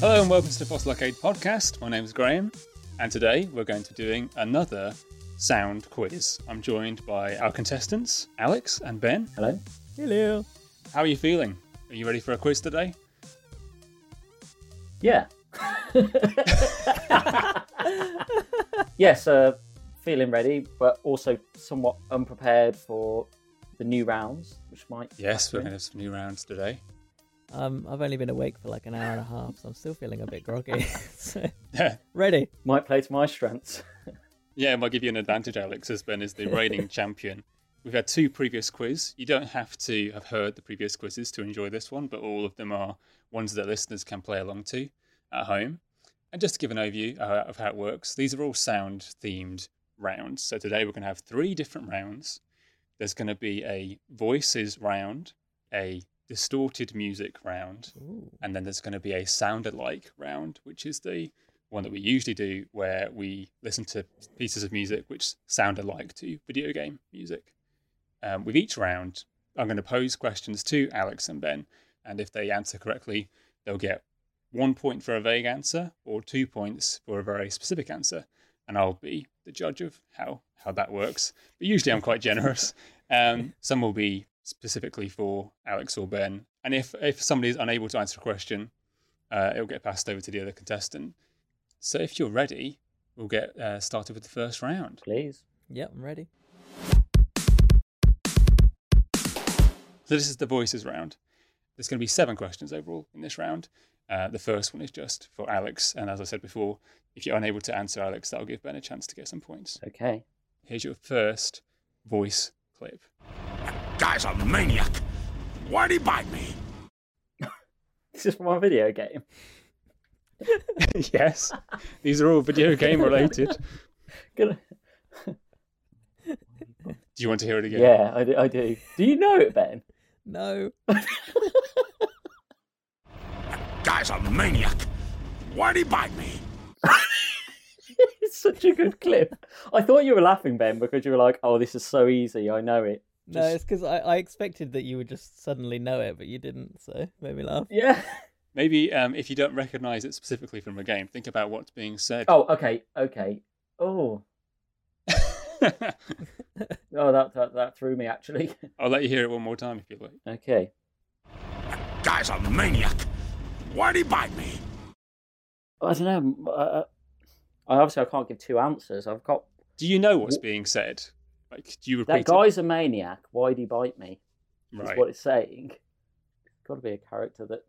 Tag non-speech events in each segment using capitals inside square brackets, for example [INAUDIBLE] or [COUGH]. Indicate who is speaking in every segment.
Speaker 1: welcome to the Fossil Arcade podcast. My name is Graham, and today we're going to be doing another sound quiz. I'm joined by our contestants, Alex and Ben.
Speaker 2: Hello.
Speaker 3: Hello.
Speaker 1: How are you feeling? Are you ready for a quiz today?
Speaker 2: Yeah. [LAUGHS] yes, uh, feeling ready, but also somewhat unprepared for the new rounds, which might.
Speaker 1: Yes, we're going to have some new rounds today.
Speaker 3: Um, I've only been awake for like an hour and a half, so I'm still feeling a bit groggy. [LAUGHS] So,
Speaker 1: Yeah,
Speaker 3: ready?
Speaker 2: Might play to my strengths.
Speaker 1: yeah, it might give you an advantage, Alex, as Ben is the reigning champion. We've had two previous quiz. You don't have to have heard the previous quizzes to enjoy this one, but all of them are ones that listeners can play along to at home. And just to give an overview uh, of how it works, these are all sound themed rounds. So today we're going to have three different rounds. There's going to be a voices round, a distorted music round,
Speaker 3: Ooh.
Speaker 1: and then there's going to be a sound alike round, which is the one that we usually do where we listen to pieces of music which sound alike to video game music. Um, with each round, I'm going to pose questions to Alex and Ben, and if they answer correctly, they'll get one point for a vague answer or two points for a very specific answer. And I'll be the judge of how, how that works. But usually I'm quite generous. Um, some will be specifically for Alex or Ben. And if, if somebody is unable to answer a question, uh, it'll get passed over to the other contestant. So if you're ready, we'll get uh, started with the first round.
Speaker 2: Please.
Speaker 3: Yep, I'm ready.
Speaker 1: So this is the voices round. There's going to be seven questions overall in this round. Uh, the first one is just for Alex, and as I said before, if you're unable to answer Alex, that'll give Ben a chance to get some points.
Speaker 2: Okay. [LAUGHS]
Speaker 1: Here's your first voice clip.
Speaker 4: Guy's a maniac. Why'd he bite me?
Speaker 2: This is from our video game.
Speaker 1: yes, [LAUGHS] these are all video game related.
Speaker 2: Gonna-
Speaker 1: Do you want to hear it again?
Speaker 2: Yeah, I, do, I do. Do you know it, Ben? [LAUGHS]
Speaker 3: No.
Speaker 4: Guy's a maniac. Why'd he bite me?
Speaker 2: It's such a good clip. I thought you were laughing, Ben, because you were like, "Oh, this is so easy. I know it."
Speaker 3: No, it's because I, I expected that you would just suddenly know it, but you didn't, so it made me laugh.
Speaker 2: Yeah. [LAUGHS]
Speaker 1: Maybe um, if you don't recognize it specifically from a game, think about what's being said.
Speaker 2: Oh, okay, okay. Oh, oh, that that, that threw me actually.
Speaker 1: [LAUGHS]
Speaker 2: [LAUGHS]
Speaker 1: I'll let you hear it one more time if you like.
Speaker 2: okay.
Speaker 4: Guy's a maniac. Why'd he bite me?
Speaker 2: I don't know. Uh, I obviously I can't give two answers. I've got
Speaker 1: Do you know what's
Speaker 2: Wh-
Speaker 1: being said? Like, do you
Speaker 2: that
Speaker 1: repeat
Speaker 2: guy's a maniac. Why'd he bite me?
Speaker 1: it?
Speaker 2: That's
Speaker 1: Right.
Speaker 2: what it's saying. Got to be a character that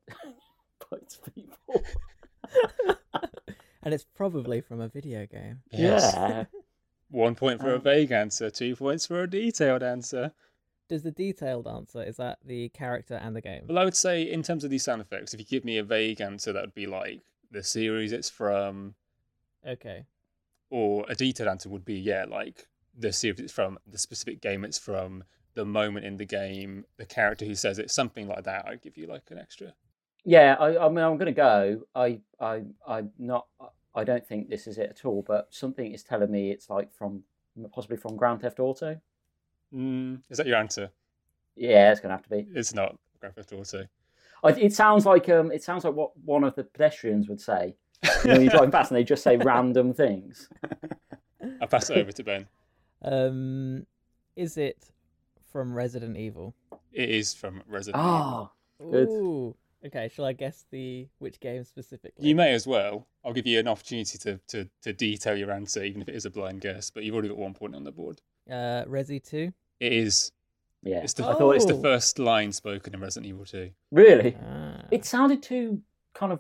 Speaker 2: [LAUGHS] bites people.
Speaker 3: [LAUGHS] And it's probably from a video game.
Speaker 1: Yes.
Speaker 2: Yeah.
Speaker 1: One point for a
Speaker 2: Um,
Speaker 1: vague answer, two points for a detailed answer.
Speaker 3: Does the detailed answer is that the character and the game?
Speaker 1: Well, I would say, in terms of these sound effects, if you give me a vague answer, that would be like the series it's from,
Speaker 3: Okay.
Speaker 1: or a detailed answer would be, yeah, like the series it's from, the specific game it's from, the moment in the game, the character who says it, something like that. I'd give you like an extra.
Speaker 2: Yeah. I, I mean, I'm gonna go. I I I'm not. I don't think this is it at all. But something is telling me it's like from possibly from Grand Theft Auto.
Speaker 1: Mm, is that your answer?
Speaker 2: Yeah, it's gonna have to be.
Speaker 1: It's not Grand Theft Auto.
Speaker 2: I- It sounds like um, it sounds like what one of the pedestrians
Speaker 1: [LAUGHS]
Speaker 2: would say you know, when you're driving past, and they just say random things.
Speaker 1: I'll pass it over to Ben.
Speaker 3: Um, is it from Resident Evil?
Speaker 1: It is from Resident Evil.
Speaker 2: Ah, Good.
Speaker 3: Ooh. Okay, shall I guess the which game specifically?
Speaker 1: You may as well. I'll give you an opportunity to, to, to detail your answer, even if it is a blind guess, but you've already got one point on the board.
Speaker 3: Uh, Resi Two.
Speaker 1: It is.
Speaker 2: yeah,
Speaker 1: It's the,
Speaker 3: Oh.
Speaker 1: I thought it's the first line spoken in Resident Evil 2.
Speaker 2: really.
Speaker 3: Ah.
Speaker 2: It sounded too kind of.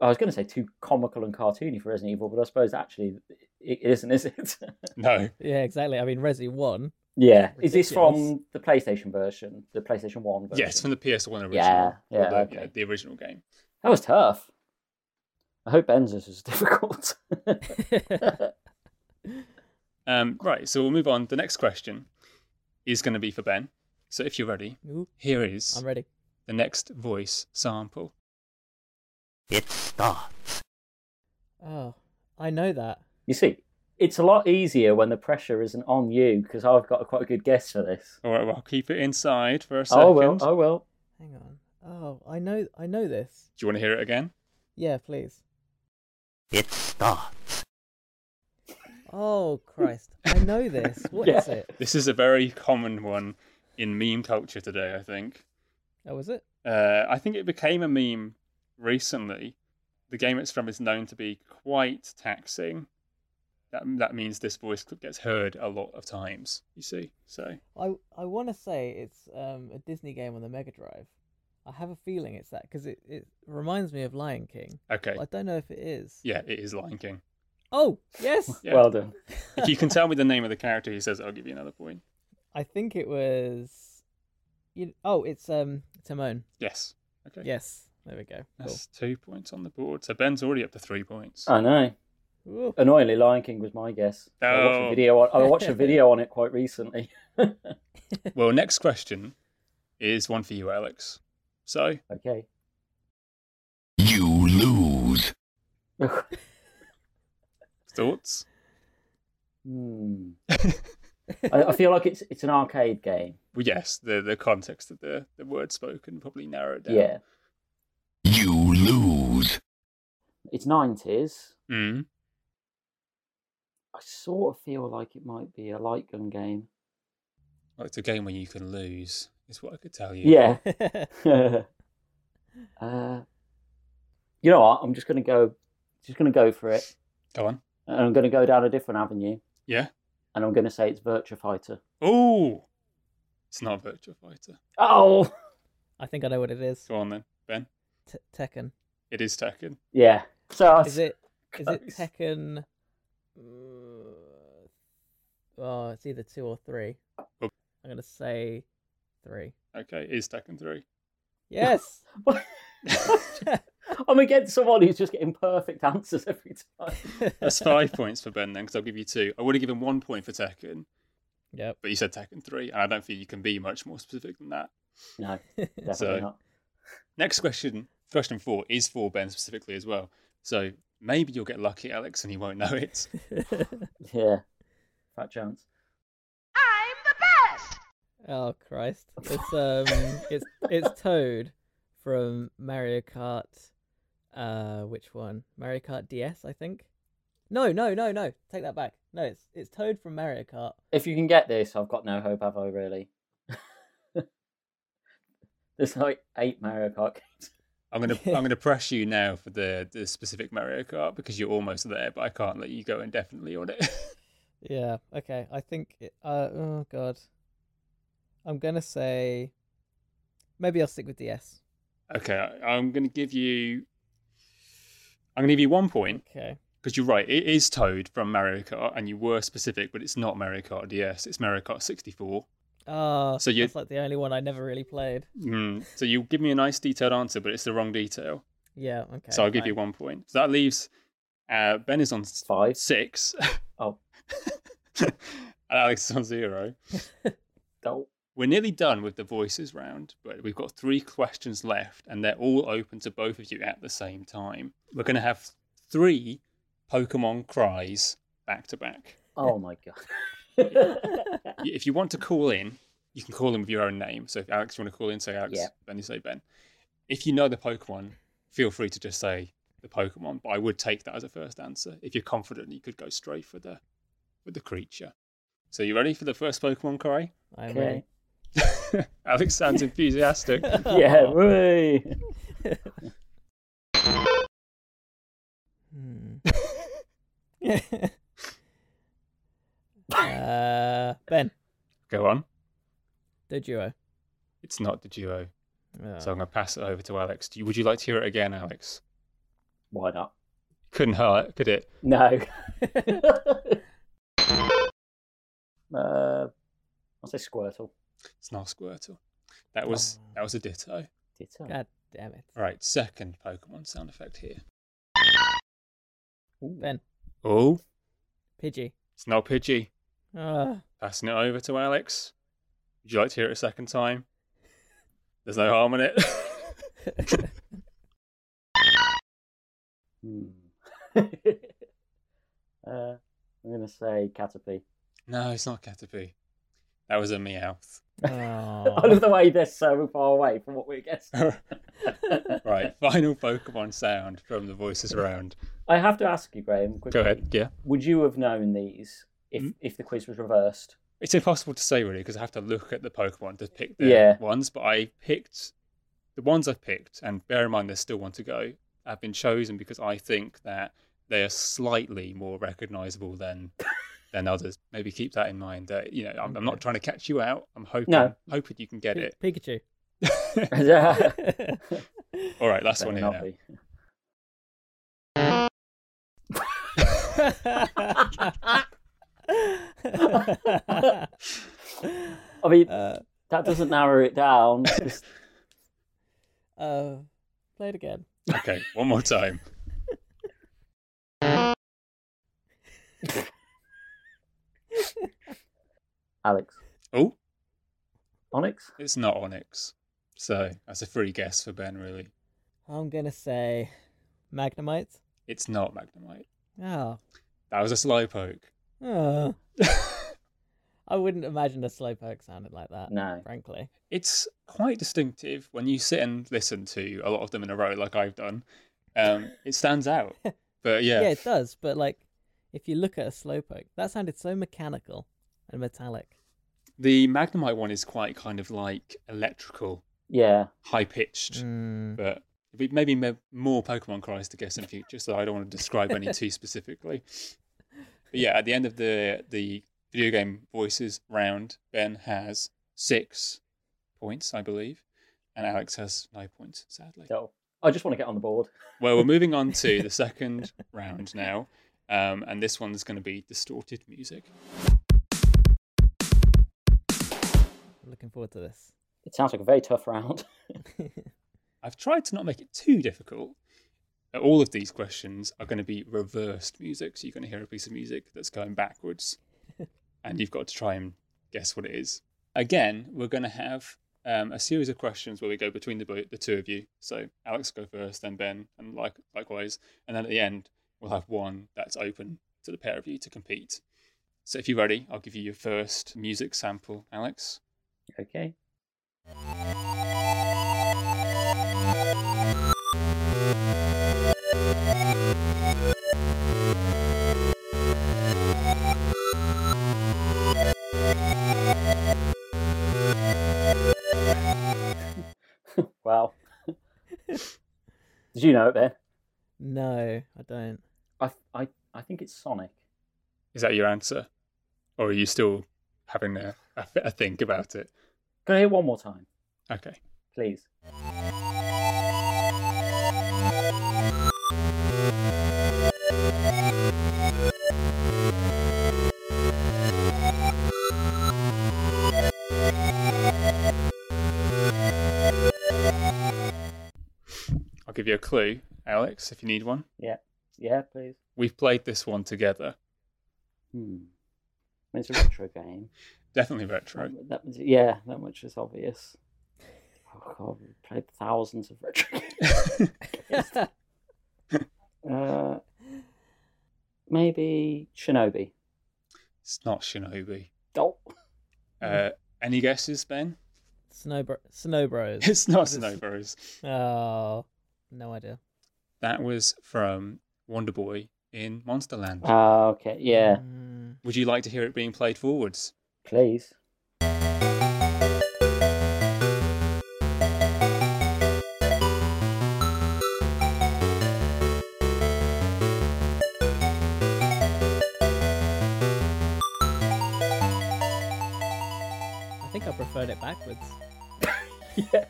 Speaker 2: I was going to say too comical and cartoony for Resident Evil, but I suppose actually it it isn't, is it?
Speaker 1: No.
Speaker 3: Yeah, exactly. I mean, Resi One.
Speaker 2: [LAUGHS]
Speaker 3: [LAUGHS]
Speaker 2: yeah. Is this
Speaker 3: Ridiculous.
Speaker 2: from the PlayStation version, the PlayStation One version?
Speaker 1: Yes, from the PS1 original.
Speaker 2: Yeah, yeah,
Speaker 1: Or the,
Speaker 2: okay.
Speaker 1: the original game.
Speaker 2: That was tough. I hope Ben's is as [LAUGHS] difficult.
Speaker 1: Um, right, so we'll move on. The next question is going to be for Ben. So if you're ready,
Speaker 3: Ooh,
Speaker 1: here is
Speaker 3: I'm ready.
Speaker 1: the next voice sample.
Speaker 4: It starts.
Speaker 3: Oh, I know that.
Speaker 2: you see, it's a lot easier when the pressure isn't on you because I've got a quite a good guess for this.
Speaker 1: All right, well, I'll keep it inside for a second.
Speaker 2: Oh well, oh well.
Speaker 3: Hang on. Oh, I know. I know this.
Speaker 1: Do you want to hear it again?
Speaker 3: Yeah, please.
Speaker 4: It starts.
Speaker 3: Oh Christ! I know this. What is [LAUGHS]
Speaker 2: Yeah.
Speaker 3: it?
Speaker 1: This is a very common one in meme culture today, I think.
Speaker 3: Oh, is it?
Speaker 1: Uh, I think it became a meme recently. The game it's from is known to be quite taxing. That, that means this voice clip gets heard a lot of times, you see? So,
Speaker 3: I I want to say it's um, a Disney game on the Mega Drive. I have a feeling it's that because it, it reminds me of Lion King.
Speaker 1: okay.
Speaker 3: But I don't know if it is.
Speaker 1: Yeah, it is Lion King.
Speaker 3: Oh [LAUGHS] yes,
Speaker 1: Yeah.
Speaker 2: Well done.
Speaker 1: if you can tell me the name of the character he says, it, I'll give you another point.
Speaker 3: I think it was. You... Oh, it's um Timon.
Speaker 1: Yes. Okay.
Speaker 3: Yes, there we go. Cool.
Speaker 1: That's two points on the board. So Ben's already up to three points.
Speaker 2: I know.
Speaker 3: Ooh.
Speaker 2: Annoyingly, Lion King was my guess. I watched
Speaker 1: Oh.
Speaker 2: a video. On, I [LAUGHS] watched a video on it quite recently. [LAUGHS]
Speaker 1: well, next question is one for you, Alex. So,
Speaker 2: Okay.
Speaker 4: You lose.
Speaker 1: thoughts?
Speaker 2: Hmm. I, I feel like it's it's an arcade game.
Speaker 1: Well, yes, the, the context of the, the word spoken probably narrow it down.
Speaker 2: Yeah.
Speaker 4: You lose.
Speaker 2: It's nineties.
Speaker 1: Mm.
Speaker 2: I sort of feel like it might be a light gun game.
Speaker 1: Well, it's a game where you can lose, is what I could tell you.
Speaker 2: Yeah.
Speaker 3: [LAUGHS]
Speaker 2: [LAUGHS] uh, you know what? I'm just gonna go. Just gonna go for it,
Speaker 1: Go on.
Speaker 2: and I'm gonna go down a different avenue,
Speaker 1: Yeah.
Speaker 2: and I'm gonna say it's Virtua Fighter.
Speaker 1: Oh, it's not Virtua Fighter.
Speaker 2: Oh.
Speaker 3: I think I know what it is.
Speaker 1: Go on then, Ben.
Speaker 3: T- Tekken.
Speaker 1: It is Tekken.
Speaker 2: Yeah. So I
Speaker 3: Is it? Is it
Speaker 2: Close.
Speaker 3: Tekken? uh, Oh, it's either two or three.
Speaker 1: Oh.
Speaker 3: I'm gonna say three.
Speaker 1: Okay, it is Tekken 3.
Speaker 3: Yes.
Speaker 2: [LAUGHS] I'm against someone who's just getting perfect answers every time.
Speaker 1: [LAUGHS] That's [LAUGHS] five points for Ben then, because I'll give you two. I would have given one point for Tekken,
Speaker 3: [LAUGHS] Yep.
Speaker 1: but you said Tekken 3, and I don't feel you can be much more specific than that.
Speaker 2: No, definitely
Speaker 1: So-
Speaker 2: not.
Speaker 1: Next question, question four, is for Ben specifically as well. So maybe you'll get lucky, Alex, and he won't know it.
Speaker 2: Yeah. Fat chance.
Speaker 5: I'm the best!
Speaker 3: [LAUGHS] oh Christ! It's um, it's it's Toad from Mario Kart. Uh, which one? Mario Kart DS, I think. No, no, no, no. Take that back. No, it's it's Toad from Mario Kart.
Speaker 2: If you can get this, I've got no hope, have I really? [LAUGHS] There's like eight Mario Kart games.
Speaker 1: I'm gonna I'm gonna press you now for the, the specific Mario Kart because you're almost there, but I can't let you go indefinitely on it. [LAUGHS]
Speaker 3: Yeah. Okay. I think. It, uh. Oh God. I'm gonna say. Maybe I'll stick with DS.
Speaker 1: okay, I, I'm gonna give you I'm gonna give you one point
Speaker 3: Okay.
Speaker 1: because you're right. It is Toad from Mario Kart, and you were specific, but it's not Mario Kart DS. It's Mario Kart 64.
Speaker 3: Ah.
Speaker 1: So
Speaker 3: so
Speaker 1: you-
Speaker 3: you... that's like the only one I never really played. Mm-hmm.
Speaker 1: Mm, So you give me a nice detailed answer, but it's the wrong detail.
Speaker 3: Yeah. Okay.
Speaker 1: so I'll give
Speaker 3: fine.
Speaker 1: you one point. So that leaves uh, Ben is on s-
Speaker 2: Five.
Speaker 1: six.
Speaker 2: Oh.
Speaker 1: and [LAUGHS] Alex is on zero.
Speaker 2: Oh,
Speaker 1: We're nearly done with the voices round, but we've got three questions left, and they're all open to both of you at the same time. We're going to have three Pokemon cries back to back.
Speaker 2: oh my [LAUGHS] god.
Speaker 1: Y- If you want to call in, you can call in with your own name. So if Alex, you want to call in, say Alex.
Speaker 2: Yeah.
Speaker 1: Ben, you say Ben. If you know the Pokemon, feel free to just say the Pokemon. But I would take that as a first answer. If you're confident, you could go straight for the with the creature. So you ready for the first Pokemon cry? [LAUGHS]
Speaker 3: I'm
Speaker 2: [LAUGHS] Okay.
Speaker 1: Alex sounds enthusiastic.
Speaker 3: ready.
Speaker 2: yeah, way.
Speaker 3: Hmm. Hmm.
Speaker 1: [LAUGHS]
Speaker 3: uh, ben,
Speaker 1: Go on.
Speaker 3: the duo.
Speaker 1: It's not the duo.
Speaker 3: Oh.
Speaker 1: So I'm going to pass it over to Alex. Do you, would you like to hear it again, Alex?
Speaker 2: Why not?
Speaker 1: Couldn't hurt, could it?
Speaker 2: No. [LAUGHS] uh, I'll say Squirtle.
Speaker 1: It's not Squirtle. That was that was a ditto.
Speaker 2: Ditto.
Speaker 3: God damn it,
Speaker 1: All right, second Pokemon sound effect here.
Speaker 3: Ben,
Speaker 1: Oh, [LAUGHS]
Speaker 3: Pidgey.
Speaker 1: it's not Pidgey.
Speaker 3: Uh, [LAUGHS]
Speaker 1: Passing it over to Alex. Would you like to hear it a second time? There's no harm in it. [LAUGHS]
Speaker 2: Hmm. [LAUGHS] uh, I'm gonna say Caterpie.
Speaker 1: no, it's not Caterpie. That was a Meowth.
Speaker 2: [LAUGHS] I
Speaker 3: oh.
Speaker 2: love the way they're so far away from what we're guessing.
Speaker 1: right, final Pokemon sound from the voices round.
Speaker 2: [LAUGHS] I have to ask you, Graham. Quickly,
Speaker 1: Go ahead. Yeah.
Speaker 2: Would you have known these if if the quiz was reversed?
Speaker 1: It's impossible to say really because I have to look at the Pokemon to pick the
Speaker 2: Yeah.
Speaker 1: ones. But I picked the ones I've picked, and bear in mind there's still one to go. Have been chosen because I think that they are slightly more recognizable than
Speaker 2: [LAUGHS]
Speaker 1: than others. Maybe keep that in mind. That you know, I'm, I'm not trying to catch you out. I'm hoping
Speaker 2: No.
Speaker 1: hoping you can get it.
Speaker 3: Pi- Pikachu.
Speaker 2: yeah.
Speaker 1: [LAUGHS]
Speaker 3: [LAUGHS]
Speaker 1: All right, last
Speaker 2: Better
Speaker 1: one here.
Speaker 2: not
Speaker 1: now.
Speaker 2: be.
Speaker 3: [LAUGHS] Uh,
Speaker 2: I mean,
Speaker 3: uh,
Speaker 2: that doesn't narrow it down. Just-
Speaker 3: uh, play it again.
Speaker 1: Okay, one more time.
Speaker 2: Alex,
Speaker 1: Oh,
Speaker 2: Onyx,
Speaker 1: it's not Onyx. So that's a free guess for Ben. Really,
Speaker 3: I'm gonna say Magnemites.
Speaker 1: it's not Magnemite.
Speaker 3: Oh,
Speaker 1: That was a Slowpoke. [LAUGHS]
Speaker 3: oh. I wouldn't imagine a slowpoke sounded like that.
Speaker 2: no.
Speaker 3: Frankly,
Speaker 1: it's quite distinctive when you sit and listen to a lot of them in a row, like I've done. Um, it stands
Speaker 3: [LAUGHS]
Speaker 1: out. But yeah,
Speaker 3: yeah. it does. But like, if you look at a slowpoke, that sounded so mechanical and metallic.
Speaker 1: the Magnemite one is quite kind of like electrical,
Speaker 2: Yeah,
Speaker 1: high pitched,
Speaker 3: Mm.
Speaker 1: but it'd be maybe ma- more Pokemon cries to guess in future. So I don't want to describe any
Speaker 3: [LAUGHS]
Speaker 1: too specifically. But yeah, at the end of the the video game voices round, Ben has six points, I believe, and Alex has no points, sadly.
Speaker 2: so I just want to get on the board.
Speaker 1: Well, we're moving on to the second round now, um, and this one's going to be distorted music.
Speaker 3: I'm looking forward to this.
Speaker 2: It sounds like a very tough round.
Speaker 1: I've tried to not make it too difficult. Uh, All of these questions are going to be reversed music, so you're going to hear a piece of music that's going backwards, and you've got to try and guess what it is. Again, we're going to have um, a series of questions where we go between the, bo- the two of you. So Alex go first, then Ben, and like likewise, and then at the end we'll have one that's open to the pair of you to compete. So if you're ready, I'll give you your first music sample, Alex.
Speaker 2: Okay. [LAUGHS] wow. Did you know it, Ben?
Speaker 3: No, I don't.
Speaker 2: [LAUGHS] I, I, I think it's Sonic.
Speaker 1: Is that your answer? Or are you still having a, a, a think about it?
Speaker 2: Can I hear one more time,
Speaker 1: Okay.
Speaker 2: please?
Speaker 1: I'll give you a clue, Alex, if you need one.
Speaker 2: Yeah, please.
Speaker 1: We've played this one together.
Speaker 2: Hmm. It's a retro game.
Speaker 1: Definitely retro. [LAUGHS]
Speaker 2: That was, yeah, that much is obvious. Oh god, we played thousands of retro games. Uh, maybe Shinobi.
Speaker 1: It's not Shinobi.
Speaker 2: Oh,
Speaker 1: Uh, any guesses, Ben? [LAUGHS]
Speaker 3: Snow bro- Snow Bros.
Speaker 1: It's not
Speaker 3: Is it-
Speaker 1: Snow Bros.
Speaker 3: Oh, no idea.
Speaker 1: That was from Wonder Boy in Monsterland.
Speaker 2: Ah, okay, yeah,
Speaker 3: Mm.
Speaker 1: Would you like to hear it being played forwards?
Speaker 2: please.
Speaker 3: I think I preferred it backwards.
Speaker 2: Yeah.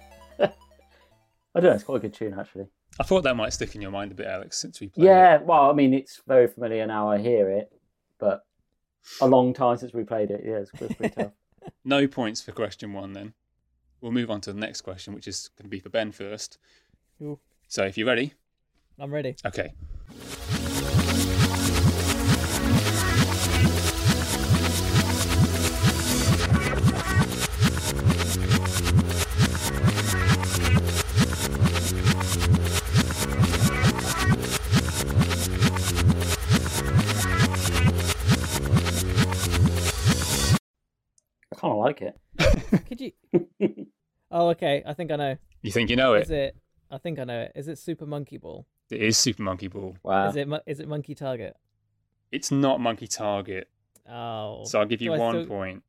Speaker 2: I don't know. It's quite a good tune, actually.
Speaker 1: I thought that might stick in your mind a bit, Alex, since we played it.
Speaker 2: Yeah. Well, I mean, it's very familiar now. I hear it, but a long time since we played it. Yeah, it's pretty, pretty [LAUGHS] tough.
Speaker 1: No points for question one then. We'll move on to the next question, which is going to be for Ben first.
Speaker 3: Cool.
Speaker 1: So if you're ready,
Speaker 3: I'm ready.
Speaker 1: okay.
Speaker 2: I kind of like it.
Speaker 3: Could you?
Speaker 2: [LAUGHS]
Speaker 3: oh, okay. I think I know.
Speaker 1: You think you know it?
Speaker 3: Is it? I think I know it. Is it Super Monkey Ball?
Speaker 1: It is Super Monkey Ball.
Speaker 2: Wow.
Speaker 3: is it mon- is it Monkey Target?
Speaker 1: It's not Monkey Target,
Speaker 3: Oh,
Speaker 1: so I'll give you
Speaker 3: Do I
Speaker 1: one
Speaker 3: still-
Speaker 1: point.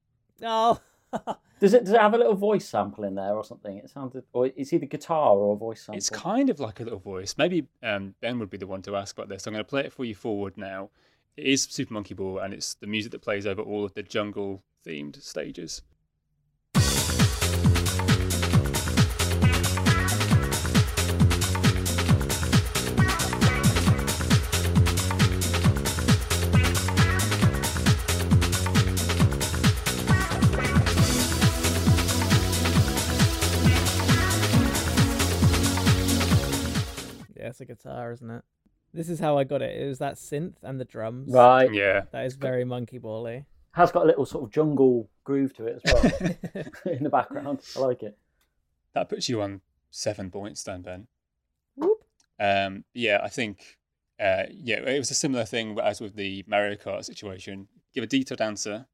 Speaker 3: oh, [LAUGHS]
Speaker 2: Does it does it have a little voice sample in there or something? It sounded, or it's either guitar or a voice sample.
Speaker 1: It's kind of like a little voice. Maybe um, Ben would be the one to ask about this. I'm going to play it for you forward now. It is Super Monkey Ball, and it's the music that plays over all of the jungle themed
Speaker 3: [LAUGHS]
Speaker 1: stages.
Speaker 3: yeah, it's a guitar, isn't it? This is how I got it. It was that synth and the drums.
Speaker 2: right.
Speaker 3: [LAUGHS]
Speaker 1: Yeah,
Speaker 3: That is very monkey bally.
Speaker 2: Has got a little sort of jungle groove to it as [LAUGHS] well in the background. I like it.
Speaker 1: that puts you on seven points, then, Ben.
Speaker 3: Whoop.
Speaker 1: Um, yeah, I think uh, yeah, it was a similar thing as with the Mario Kart situation. Give a detailed answer,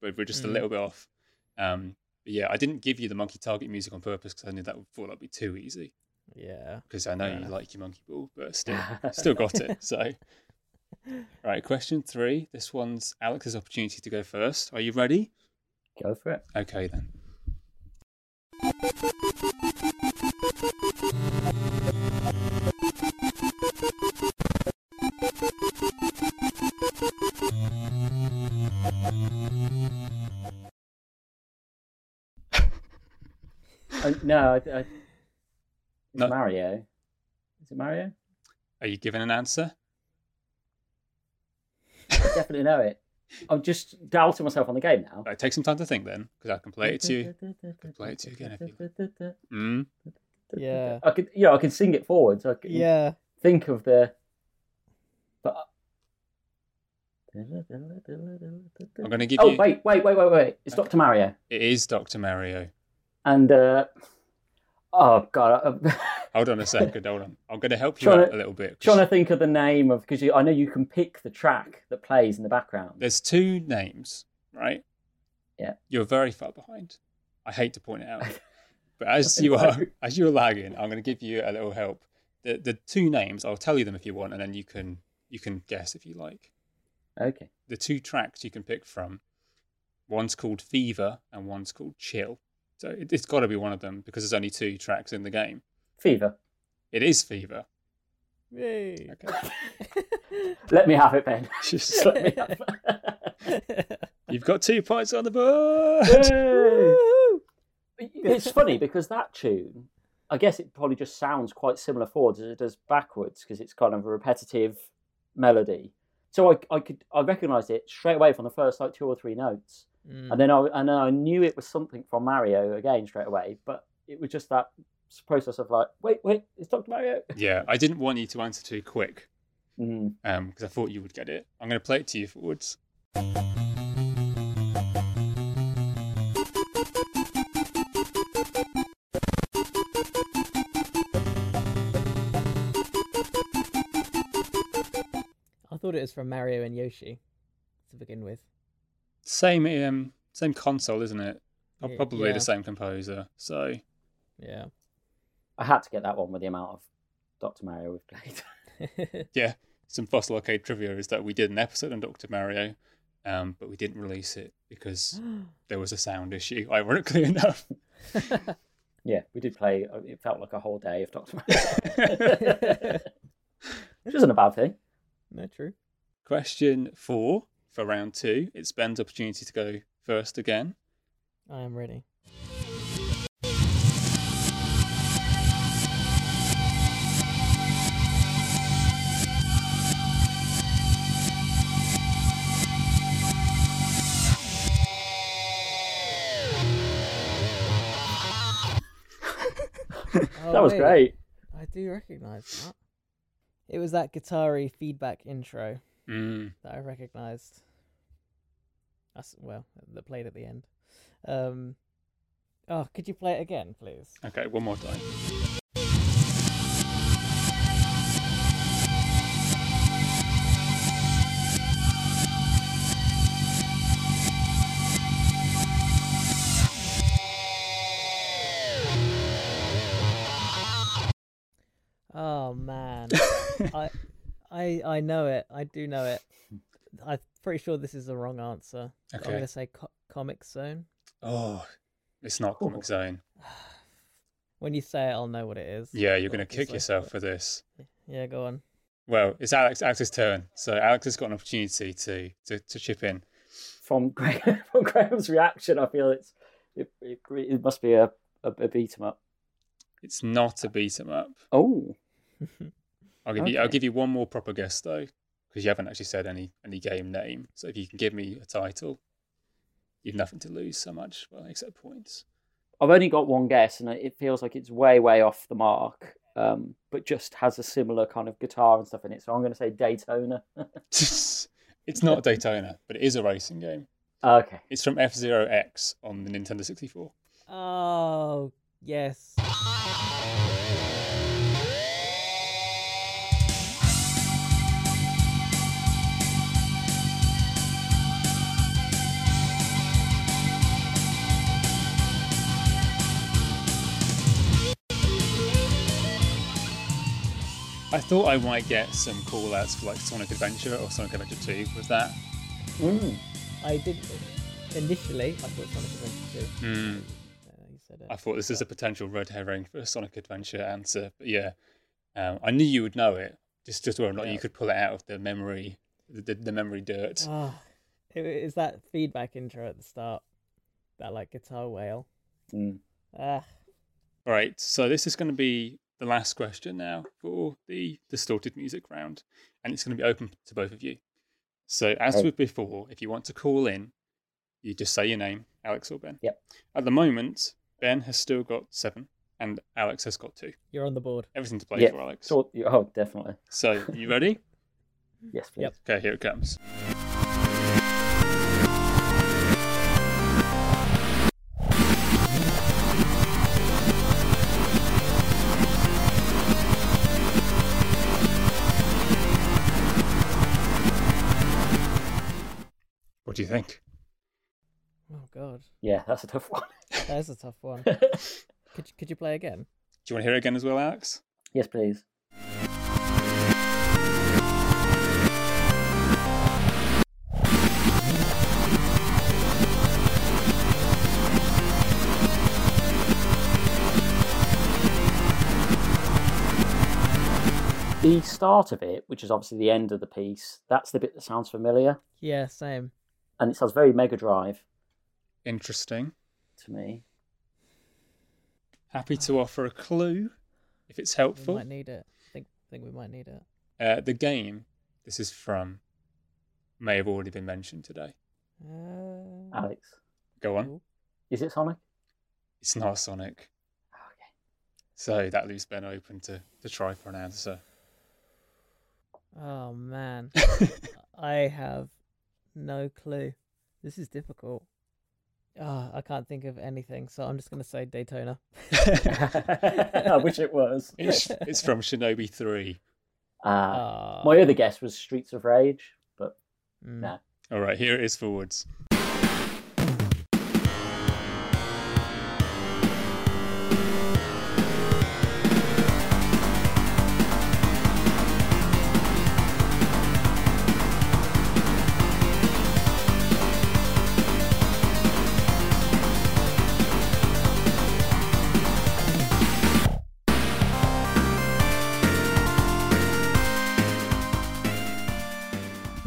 Speaker 1: but we're just a
Speaker 3: Mm.
Speaker 1: little bit off. Um, but yeah, I didn't give you the Monkey Target music on purpose because I knew that would fall would be too easy.
Speaker 3: Yeah.
Speaker 1: Because I know
Speaker 3: Fair
Speaker 1: you
Speaker 3: enough.
Speaker 1: like your Monkey Ball, but
Speaker 3: [LAUGHS]
Speaker 1: still, still got it. So, right, question three. This one's Alex's opportunity to go first. Are you ready?
Speaker 2: Go for it.
Speaker 1: Okay then.
Speaker 2: Oh, no, I, I, it's
Speaker 1: No.
Speaker 2: Mario. Is it Mario?
Speaker 1: Are you giving an answer?
Speaker 2: I definitely know it. I'm just doubting myself on the game now.
Speaker 1: Right, take some time to think then, because I can play it to you. play it to you again if Mm.
Speaker 3: Yeah.
Speaker 2: I could, you know, I could sing it forwards. I could
Speaker 3: Yeah.
Speaker 2: think of the. But
Speaker 1: I'm going to give
Speaker 2: oh
Speaker 1: you.
Speaker 2: wait, wait, wait, wait, wait! It's Doctor Mario,
Speaker 1: It is Doctor Mario.
Speaker 2: and uh, oh god, I'm
Speaker 1: Hold
Speaker 2: [LAUGHS]
Speaker 1: on a second. hold on. I'm going to help you
Speaker 2: Trying
Speaker 1: out
Speaker 2: to-
Speaker 1: a little bit. 'cause
Speaker 2: trying to think of the name of because I know you can pick the track that plays in the background.
Speaker 1: There's two names, right?
Speaker 2: Yeah.
Speaker 1: You're very far behind. I hate to point it out,
Speaker 2: [LAUGHS]
Speaker 1: but as you are as you're lagging, I'm going to give you a little help. The the two names, I'll tell you them if you want, and then you can you can guess if you like.
Speaker 2: Okay,
Speaker 1: The two tracks you can pick from. One's called Fever and one's called Chill. So it, it's got to be one of them because there's only two tracks in the game.
Speaker 2: Fever.
Speaker 1: It is Fever. [LAUGHS]
Speaker 3: Yay.
Speaker 1: Okay.
Speaker 2: Let me have it, Ben.
Speaker 1: Just
Speaker 2: [LAUGHS] Let me have it.
Speaker 1: You've got two points on the
Speaker 3: [LAUGHS]
Speaker 1: board.
Speaker 2: [LAUGHS] Yay!
Speaker 3: Woo!
Speaker 2: it's funny because that tune, I guess it probably just sounds quite similar forwards as it does backwards because it's kind of a repetitive melody. So I, I could I recognised it straight away from the first like two or three notes,
Speaker 3: Mm.
Speaker 2: and then I and I knew it was something from Mario again straight away. But it was just that s- process of like, wait, wait, it's Doctor Mario.
Speaker 1: yeah, I didn't want you to answer too quick.
Speaker 2: Mm.
Speaker 1: um because I thought you would get it. I'm going to play it to you forwards.
Speaker 3: I thought it was from Mario and Yoshi to begin with.
Speaker 1: Same um same console, isn't it? Prob-
Speaker 3: Y-
Speaker 1: Probably
Speaker 3: yeah.
Speaker 1: the same composer. So
Speaker 3: Yeah. [LAUGHS]
Speaker 2: I had to get that one with the amount of Doctor Mario we've played. [LAUGHS]
Speaker 1: some fossil arcade trivia is that we did an episode on Doctor Mario, um, but we didn't release it because there was a sound issue. [LAUGHS] Ironically enough,
Speaker 2: yeah, we did play. uh, It felt like a whole day of Doctor Mario, [LAUGHS] which isn't a bad thing.
Speaker 3: no, true.
Speaker 1: question four for round two. It's Ben's opportunity to go first again.
Speaker 3: I am ready. Oh,
Speaker 2: [LAUGHS] that was
Speaker 3: wait,
Speaker 2: great.
Speaker 3: I do recognise that. It was that guitar feedback intro
Speaker 1: Mm,
Speaker 3: that I recognised. That's well, that played at the end. Um, oh, could you play it again, please?
Speaker 1: okay, one more time.
Speaker 2: [LAUGHS]
Speaker 3: Oh man, I, I, I know it. I do know it. I'm pretty sure this is the wrong answer. I'm
Speaker 1: Okay.
Speaker 3: gonna say co- Comic Zone. [SIGHS]
Speaker 1: Oh, it's not Comic Zone.
Speaker 3: When you say it, I'll know what it is.
Speaker 1: Yeah, you're going to kick
Speaker 3: obviously.
Speaker 1: yourself for this.
Speaker 3: Yeah, go on.
Speaker 1: Well, it's Alex Alex's turn. So Alex has got an opportunity to to, to chip in.
Speaker 2: From Greg, [LAUGHS] from Graham's reaction, I feel it's it, it, it must be a, a, a beat 'em up.
Speaker 1: It's not a beat 'em up.
Speaker 2: Oh,
Speaker 1: I'll give you I'll
Speaker 2: Okay.
Speaker 1: give you one more proper guess though, because you haven't actually said any any game name. So if you can give me a title, you've nothing to lose so much, well, except points. [LAUGHS]
Speaker 2: I've only got one guess, and it feels like it's way way off the mark. Um, but just has a similar kind of guitar and stuff in it. So I'm going to say Daytona.
Speaker 1: it's not Daytona, but it is a racing game.
Speaker 2: okay.
Speaker 1: It's from F Zero X on the Nintendo sixty four.
Speaker 3: [LAUGHS] Oh yes.
Speaker 1: I thought I might get some call outs for like Sonic Adventure or Sonic Adventure Two with that.
Speaker 2: Mm.
Speaker 3: I did initially. I thought Sonic Adventure Two.
Speaker 1: Hmm.
Speaker 3: Uh, you said it.
Speaker 1: I thought this is a potential red herring for a Sonic Adventure answer, but yeah, um, I knew you would know it. Just just whether or not you could pull it out of the memory, the, the, the memory dirt.
Speaker 2: Uh.
Speaker 3: Ah, it is that feedback intro at the start. That like guitar wail.
Speaker 2: Mm.
Speaker 3: Ah,
Speaker 1: All right, so this is going to be the last question now for the distorted music round, and it's going to be open to both of you. So, as
Speaker 2: Okay.
Speaker 1: with before, if you want to call in, you just say your name, Alex or Ben.
Speaker 2: Yep.
Speaker 1: At the moment, Ben has still got seven, and Alex has got two.
Speaker 3: you're on the board.
Speaker 1: Everything to play
Speaker 2: Yeah.
Speaker 1: for, Alex.
Speaker 2: So, oh, definitely.
Speaker 1: So, you
Speaker 2: [LAUGHS]
Speaker 1: ready?
Speaker 2: Yes, please.
Speaker 3: Yep.
Speaker 1: okay, here it comes. What do you think?
Speaker 3: Oh god,
Speaker 2: Yeah, that's a tough [LAUGHS] one.
Speaker 3: that's a tough one. could you- could you play again?
Speaker 1: Do you want to hear it again as well, Alex?
Speaker 2: yes, please. The start of it, which is obviously the end of the piece, that's the bit that sounds familiar,
Speaker 3: Yeah, same.
Speaker 2: and it sounds very Mega Drive
Speaker 1: Interesting.
Speaker 2: to me.
Speaker 1: Happy to offer a clue if it's
Speaker 3: We
Speaker 1: helpful.
Speaker 3: might need it. think think we might need it.
Speaker 1: Uh, the game this is from may have already been mentioned today.
Speaker 3: Uh,
Speaker 2: Alex,
Speaker 1: Go on.
Speaker 3: cool.
Speaker 2: is it Sonic? [LAUGHS]
Speaker 1: It's not Sonic. So that leaves Ben open to, to try for an
Speaker 3: [LAUGHS]
Speaker 1: answer. [LAUGHS]
Speaker 3: Oh man, I have no clue. This is difficult. Ah, I can't think of anything, so I'm just gonna say Daytona.
Speaker 2: I wish
Speaker 1: [LAUGHS]
Speaker 2: it was.
Speaker 1: It's, it's from Shinobi 3.
Speaker 2: Uh,
Speaker 3: Ah,
Speaker 2: my other guess was Streets of Rage, but
Speaker 3: mm.
Speaker 2: no.
Speaker 1: All right, here it is for Woods.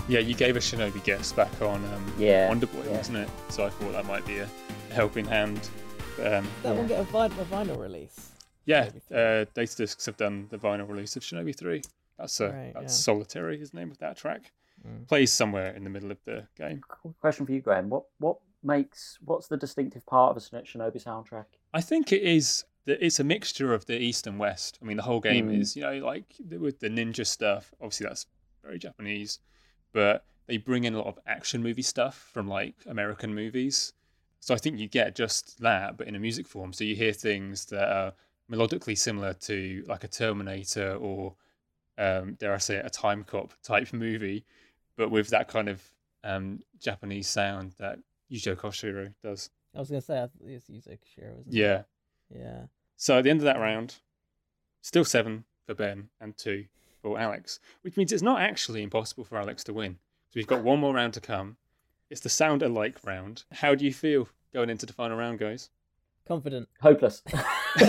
Speaker 1: Yeah, you gave a Shinobi guess back on um,
Speaker 2: Yeah,
Speaker 1: Wonder Boy,
Speaker 2: yeah.
Speaker 1: wasn't it? So I thought that might be a, a helping hand. But, um,
Speaker 3: that one get a, vin- a vinyl release.
Speaker 1: yeah,
Speaker 3: Shinobi 3.
Speaker 1: uh, Data Discs have done the vinyl release of Shinobi 3. That's, uh,
Speaker 3: Right,
Speaker 1: that's
Speaker 3: yeah.
Speaker 1: Solitary, his name of that track.
Speaker 3: Mm.
Speaker 1: Plays somewhere in the middle of the game.
Speaker 2: Qu- Question for you, Graham. What what makes what's the distinctive part of a Shin- Shinobi soundtrack?
Speaker 1: I think it is. the- It's a mixture of the East and West. I mean, the whole game
Speaker 2: Mm.
Speaker 1: is, you know, like the- with the ninja stuff. Obviously, that's very Japanese, but they bring in a lot of action movie stuff from like American movies. So I think you get just that, but in a music form. So you hear things that are melodically similar to like a Terminator or, um, dare I say, it, a Time Cop type [LAUGHS] movie, but with that kind of um, Japanese sound that Yuzo Koshiro does.
Speaker 3: I was gonna say I th- it's Yuzo Koshiro, isn't it?
Speaker 1: Yeah.
Speaker 3: Yeah.
Speaker 1: So at the end of that round, still seven for Ben and two for Alex, which means it's not actually impossible for Alex to win. So we've got one more round to come. It's the sound alike round. How do you feel going into the final round, guys?
Speaker 3: Confident.
Speaker 2: Hopeless. [LAUGHS]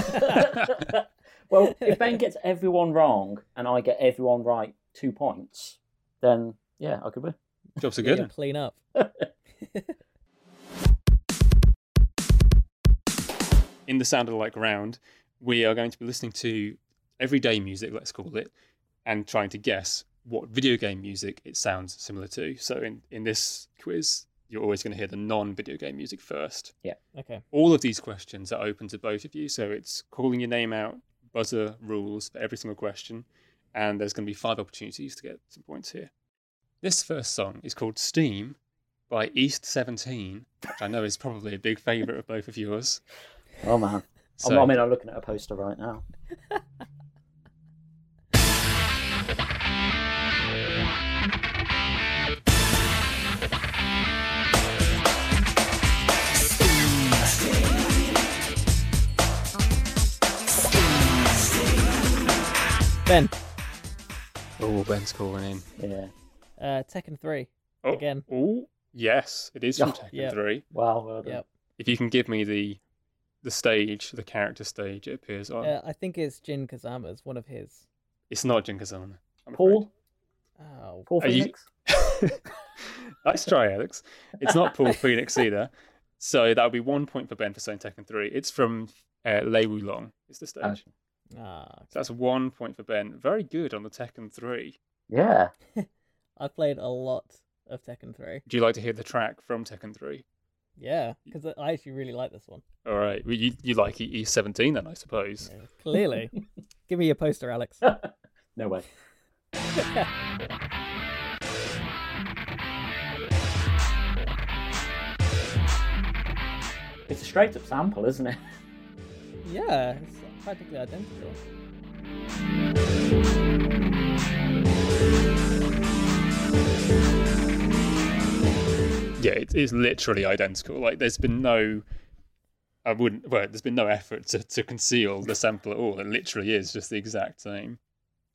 Speaker 2: well, if Ben gets everyone wrong and I get everyone right two points, then yeah, I could win.
Speaker 1: Jobs are
Speaker 3: Yeah,
Speaker 1: good.
Speaker 3: yeah, clean up.
Speaker 1: in the sound of like round, we are going to be listening to everyday music, let's call it, and trying to guess what video game music it sounds similar to. So in, in this quiz, you're always going to hear the non video game music first.
Speaker 3: Okay.
Speaker 1: All of these questions are open to both of you. So it's calling your name out, buzzer rules for every single question. And there's going to be five opportunities to get some points here. This first song is called Steam by East 17, which I know is probably a big favourite of both of yours.
Speaker 2: Oh man.
Speaker 1: So-
Speaker 2: [LAUGHS] I'm, I mean, I'm looking at a poster right now.
Speaker 3: Ben,
Speaker 1: Oh, Ben's calling in.
Speaker 2: Yeah.
Speaker 3: uh, Tekken 3.
Speaker 1: Oh,
Speaker 3: Again.
Speaker 1: Oh, yes, it is from
Speaker 2: Yeah.
Speaker 1: Tekken
Speaker 3: Yeah.
Speaker 1: Three.
Speaker 2: Wow. Well done.
Speaker 3: Yep.
Speaker 1: If you can give me the the stage, the character stage it appears on.
Speaker 3: Uh, I think it's Jin Kazama. It's one of his.
Speaker 1: It's not Jin Kazama. I'm
Speaker 2: Paul.
Speaker 3: Oh,
Speaker 2: Paul
Speaker 1: Are you-
Speaker 2: Phoenix.
Speaker 1: afraid. [LAUGHS] nice try, Alex. It's not Paul Phoenix either. So that would be one point for Ben for saying Tekken Three. It's from uh, Lei Wulong. It's the stage.
Speaker 2: Oh.
Speaker 3: ah,
Speaker 1: So that's one point for Ben. Very good on the Tekken Three.
Speaker 2: Yeah.
Speaker 3: I played a lot of Tekken 3.
Speaker 1: Would you like to hear the track from Tekken Three?
Speaker 3: Yeah, because I actually really like this one.
Speaker 1: All right. Well, you you like E seventeen then, I suppose.
Speaker 3: Yeah, Clearly. Give me your poster, Alex.
Speaker 2: No way. [LAUGHS] It's a straight up sample, isn't it?
Speaker 3: Yeah, it's practically identical.
Speaker 1: Yeah, it is literally identical. Like, there's been no, I wouldn't. Well, there's been no effort to, to conceal the sample at all. It literally is just the exact same.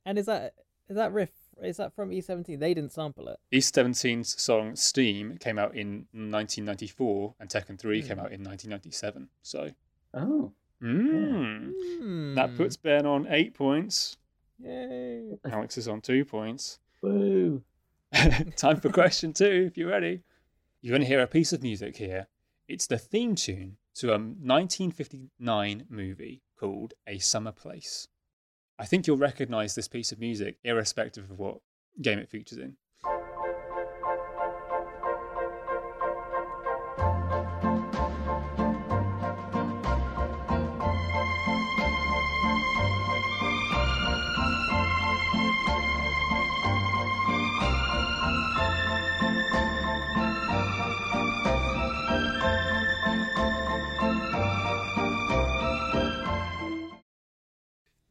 Speaker 3: And is that is that riff? Is that from E17? They didn't sample it.
Speaker 1: East 17's song "Steam" came out in 1994, and Tekken 3 came out in 1997. So,
Speaker 2: Oh.
Speaker 1: mm, that
Speaker 3: Hmm.
Speaker 1: puts Ben on eight points.
Speaker 3: Yay.
Speaker 1: Alex is on two points. [LAUGHS]
Speaker 2: Woo.
Speaker 1: Time for question two, if you're ready. You're going to hear a piece of music here. It's the theme tune to a 1959 movie called A Summer Place. I think you'll recognize this piece of music, irrespective of what game it features in.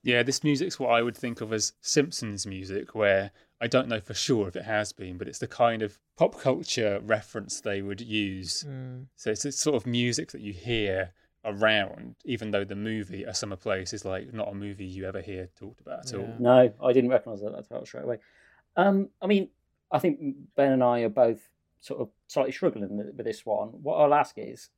Speaker 1: Yeah, this music's what I would think of as Simpsons music, where I don't know for sure if it has been, but it's the kind of pop culture reference they would use
Speaker 3: Hmm.
Speaker 1: So it's it's sort of music that you hear around, even though the movie A Summer Place is like not a movie you ever hear talked about at all.
Speaker 3: Yeah.
Speaker 2: No, I didn't recognise that title straight away. Um, I mean, I think Ben and I are both sort of slightly struggling with this one. What I'll ask is,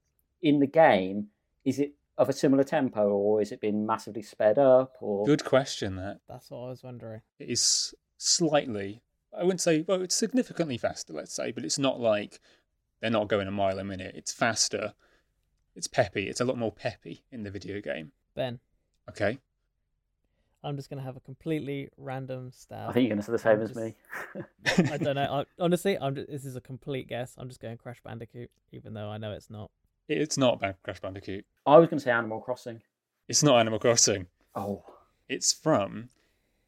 Speaker 2: in the game, is it of a similar tempo, or is it been massively sped up? Or
Speaker 1: Good question. That
Speaker 3: That's what I was wondering.
Speaker 1: it is slightly, I wouldn't say, well, it's significantly faster, let's say, but it's not like they're not going a mile a minute. It's faster. It's peppy. It's a lot more peppy in the video game.
Speaker 3: Ben,
Speaker 1: Okay.
Speaker 3: I'm just gonna have a completely random stab.
Speaker 2: I think you're going to say the same as me.
Speaker 3: [LAUGHS] I don't know. I, honestly, I'm just, this is a complete guess. I'm just going Crash Bandicoot, even though I know it's not.
Speaker 1: It's not Ban- Crash Bandicoot.
Speaker 2: [LAUGHS] I was going to say Animal Crossing.
Speaker 1: It's not Animal Crossing.
Speaker 2: Oh,
Speaker 1: It's from